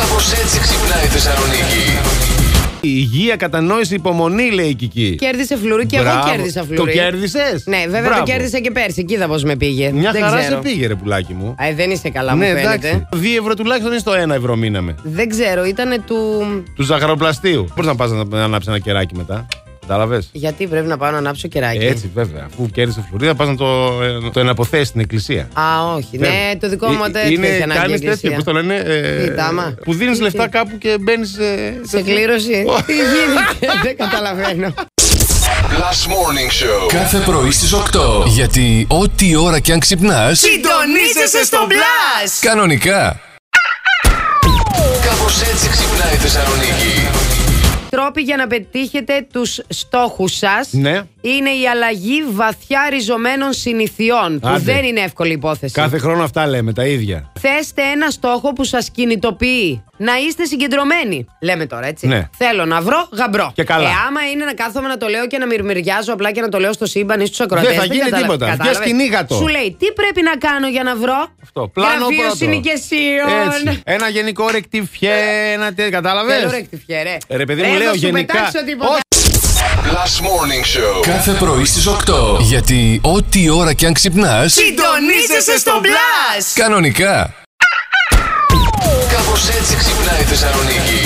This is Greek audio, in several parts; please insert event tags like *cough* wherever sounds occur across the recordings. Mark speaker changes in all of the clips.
Speaker 1: Κάπως έτσι ξυπνάει η Θεσσαλονίκη.
Speaker 2: Η υγεία, κατανόηση, υπομονή, λέει η Κική.
Speaker 3: Κέρδισε φλουρί και εγώ
Speaker 2: Μπράβο.
Speaker 3: κέρδισα φλουρί.
Speaker 2: Το κέρδισες.
Speaker 3: Ναι, βέβαια το κέρδισα και πέρσι. Κοίτα πώς με πήγε.
Speaker 2: Μια
Speaker 3: δεν
Speaker 2: χαρά
Speaker 3: ξέρω.
Speaker 2: σε πήγε, Ναι, ρε πουλάκι μου.
Speaker 3: Α, ε, δεν είσαι καλά, μου φαίνεται.
Speaker 2: 2 ευρώ τουλάχιστον είναι στο 1 ευρώ μείναμε.
Speaker 3: Δεν ξέρω, ήταν του.
Speaker 2: Του ζαχαροπλαστείου. Πώς να πας να ανάψεις ένα κεράκι μετά. Κατάλαβες.
Speaker 3: Γιατί πρέπει να πάω να ανάψω κεράκι.
Speaker 2: Έτσι, βέβαια. Αφού κέρδισε φλουρί, θα πας να το, ε, το εναποθέσεις στην εκκλησία.
Speaker 3: Α, όχι. Ναι,
Speaker 2: Βέβαια.
Speaker 3: το δικό μου
Speaker 2: Ε,
Speaker 3: τέτοιο
Speaker 2: Είναι
Speaker 3: έχει ανάγκη η
Speaker 2: κάνει τέτοιο
Speaker 3: εκκλησία.
Speaker 2: που το λένε. ε,
Speaker 3: Τι, τάμα.
Speaker 2: που δίνεις
Speaker 3: Τι,
Speaker 2: λεφτά
Speaker 3: τι.
Speaker 2: κάπου και ε, μπαίνει.
Speaker 3: Σε κλήρωση. *laughs* Τι γίνεται, δεν
Speaker 2: *laughs*
Speaker 3: καταλαβαίνω.
Speaker 1: Last Morning Show.
Speaker 4: Κάθε πρωί στις 8. Γιατί ό,τι ώρα κι αν ξυπνάς,
Speaker 3: Συντονίζεσαι στο μπλα!
Speaker 4: κανονικά.
Speaker 1: Κάπως έτσι ξυπνάει η Θεσσαλονίκη.
Speaker 3: Τρόποι για να πετύχετε τους στόχους σας
Speaker 2: Ναι.
Speaker 3: είναι η αλλαγή βαθιά ριζωμένων συνηθιών. Που
Speaker 2: Άντε.
Speaker 3: δεν είναι εύκολη υπόθεση.
Speaker 2: Κάθε χρόνο αυτά λέμε τα ίδια.
Speaker 3: Θέστε ένα στόχο που σας κινητοποιεί. Να είστε συγκεντρωμένοι. Λέμε τώρα, έτσι.
Speaker 2: Ναι.
Speaker 3: Θέλω να βρω γαμπρό.
Speaker 2: Και καλά.
Speaker 3: Ε, άμα είναι να κάθομαι να το λέω και να μυρμηριάζω απλά και να το λέω στο σύμπαν ή στους ακροατές.
Speaker 2: Δεν θα γίνει τίποτα. Βγες σκηνή γατό.
Speaker 3: Σου λέει, τι πρέπει να κάνω για να βρω.
Speaker 2: Αυτό. Πλάνο
Speaker 3: Γραφείο
Speaker 2: πρώτο.
Speaker 3: συνοικεσίων.
Speaker 2: Έτσι. Ένα γενικό ρεκτιφιέ, ένα τέτοιο.
Speaker 3: Θέλω
Speaker 2: Κατάλαβε.
Speaker 3: ρεκτιφιέ, ρε.
Speaker 2: Ε, Ρε, παιδί μου,
Speaker 3: θα
Speaker 2: λέω
Speaker 3: σου
Speaker 2: γενικά.
Speaker 3: πετάξω τίποτα.
Speaker 2: Όχι.
Speaker 1: Last Morning Show.
Speaker 4: Κάθε πρωί στις 8. Γιατί ό,τι ώρα κι αν ξυπνάς,
Speaker 3: Συντονίζεσαι στο μπλα!
Speaker 4: κανονικά.
Speaker 1: Κάπως έτσι ξυπνάει η Θεσσαλονίκη.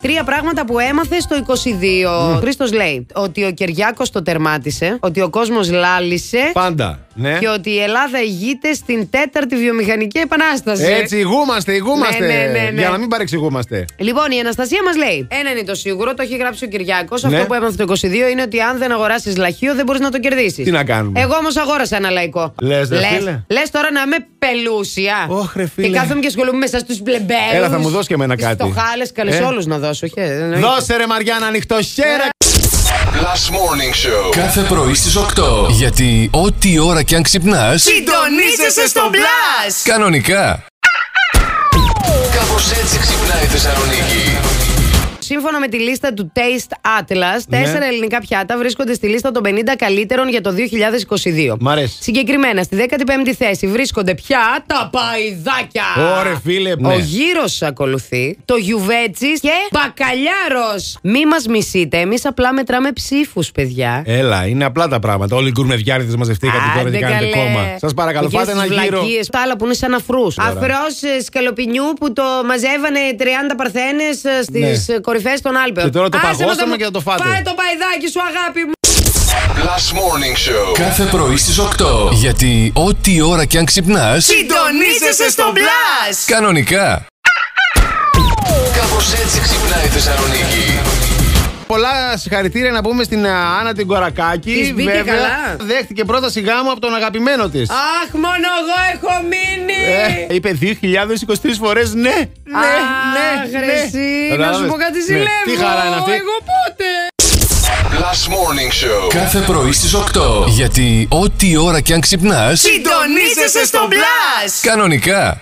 Speaker 3: Τρία πράγματα που έμαθε στο 22. Ο Χρήστος λέει ότι ο Κεριάκο το τερμάτισε, ότι ο κόσμος λάλησε
Speaker 2: Πάντα. Ναι.
Speaker 3: και ότι η Ελλάδα ηγείται στην τέταρτη βιομηχανική επανάσταση.
Speaker 2: Έτσι, ηγούμαστε, ηγούμαστε.
Speaker 3: Ναι, ναι, ναι, ναι.
Speaker 2: Για να μην παρεξηγούμαστε.
Speaker 3: Λοιπόν, η Αναστασία μας λέει: Ένα είναι Ε, ναι, το σίγουρο, το έχει γράψει ο Κυριάκος.
Speaker 2: Ναι.
Speaker 3: Αυτό που έμαθε το 22 είναι ότι αν δεν αγοράσεις λαχείο, δεν μπορείς να το κερδίσεις.
Speaker 2: Τι να κάνουμε.
Speaker 3: Εγώ όμως αγόρασα ένα λαϊκό.
Speaker 2: Λες, ρε,
Speaker 3: λες,
Speaker 2: φίλε.
Speaker 3: λες τώρα να είμαι πελούσια.
Speaker 2: Ωχ, ρε, φίλε.
Speaker 3: Και κάθομαι και ασχολούμαι μέσα στους μπλεμπέρου.
Speaker 2: Έλα, θα μου δώσεις και εμένα κάτι.
Speaker 3: Στο χάλε, καλέ
Speaker 2: Ε.
Speaker 3: όλους να δώσω. χε, δεν εννοείται.
Speaker 2: Δώσε ρε Μαριάννα, ανοιχτό χέρα.
Speaker 1: Last Morning Show.
Speaker 4: Κάθε πρωί στις 8. Γιατί ό,τι ώρα κι αν ξυπνάς,
Speaker 3: Συντονίζεσαι στο μπλα!
Speaker 4: κανονικά.
Speaker 1: Κάπως έτσι ξυπνάει η Θεσσαλονίκη.
Speaker 3: Σύμφωνα με τη λίστα του Taste Atlas,
Speaker 2: Ναι.
Speaker 3: τέσσερα ελληνικά πιάτα βρίσκονται στη λίστα των 50 καλύτερων για το 2022.
Speaker 2: Μ' αρέσει.
Speaker 3: Συγκεκριμένα, στη 15η θέση βρίσκονται πια τα παϊδάκια.
Speaker 2: Ωρε, φίλε, ναι.
Speaker 3: Ο γύρο ακολουθεί, το γιουβέτσις και μπακαλιάρος. Μη μας μισείτε, εμείς απλά μετράμε ψήφους, παιδιά.
Speaker 2: Έλα, είναι απλά τα πράγματα. Όλοι οι γκουρμεδιάριδες μαζευτήκατε τώρα και
Speaker 3: Άντε
Speaker 2: κάνετε
Speaker 3: καλέ.
Speaker 2: κόμμα. Σας παρακαλώ,
Speaker 3: Εκείνες
Speaker 2: πάτε ένα
Speaker 3: τις
Speaker 2: γύρο.
Speaker 3: βλακίες, Τα άλλα που είναι σαν αφρούς.
Speaker 2: Ωραία.
Speaker 3: Αφρό σκαλοπινιού που το μαζεύανε ε, 30 παρθένε στις
Speaker 2: Ναι.
Speaker 3: κορυφές των Άλπαιων.
Speaker 2: Και τώρα το
Speaker 3: Άσε με
Speaker 2: παγώσαμε
Speaker 3: τα-
Speaker 2: και θα το φάτε.
Speaker 3: Φάε το παϊδάκι σου, αγάπη μου.
Speaker 1: Last Morning Show.
Speaker 4: Κάθε πρωί στις 8. Γιατί ό,τι ώρα κι αν ξυπνάς,
Speaker 3: Συντονίζεσαι στο μπλα!
Speaker 4: κανονικά.
Speaker 1: Κάπως έτσι ξυπνάει η Θεσσαλονίκη.
Speaker 2: Πολλά συγχαρητήρια να πούμε στην α, Άννα την Κορακάκη.
Speaker 3: Της μπήκε
Speaker 2: Βέβαια,
Speaker 3: καλά.
Speaker 2: δέχτηκε πρόταση γάμου από τον αγαπημένο της.
Speaker 3: Αχ, μόνο εγώ έχω μείνει!
Speaker 2: είπε 2023 φορές ναι, Ε, ναι,
Speaker 3: Αχ,
Speaker 2: ναι.
Speaker 3: ρε εσύ, να σου
Speaker 2: Κατάλαβες.
Speaker 3: πω κάτι
Speaker 2: Ναι.
Speaker 3: ζηλεύω.
Speaker 2: Τι χαρά είναι αυτή.
Speaker 3: Εγώ πότε.
Speaker 1: Last Morning Show.
Speaker 4: Κάθε πρωί στις 8. Γιατί ό,τι ώρα κι αν ξυπνάς,
Speaker 3: Συντονίζεσαι στο μπλα!
Speaker 4: κανονικά.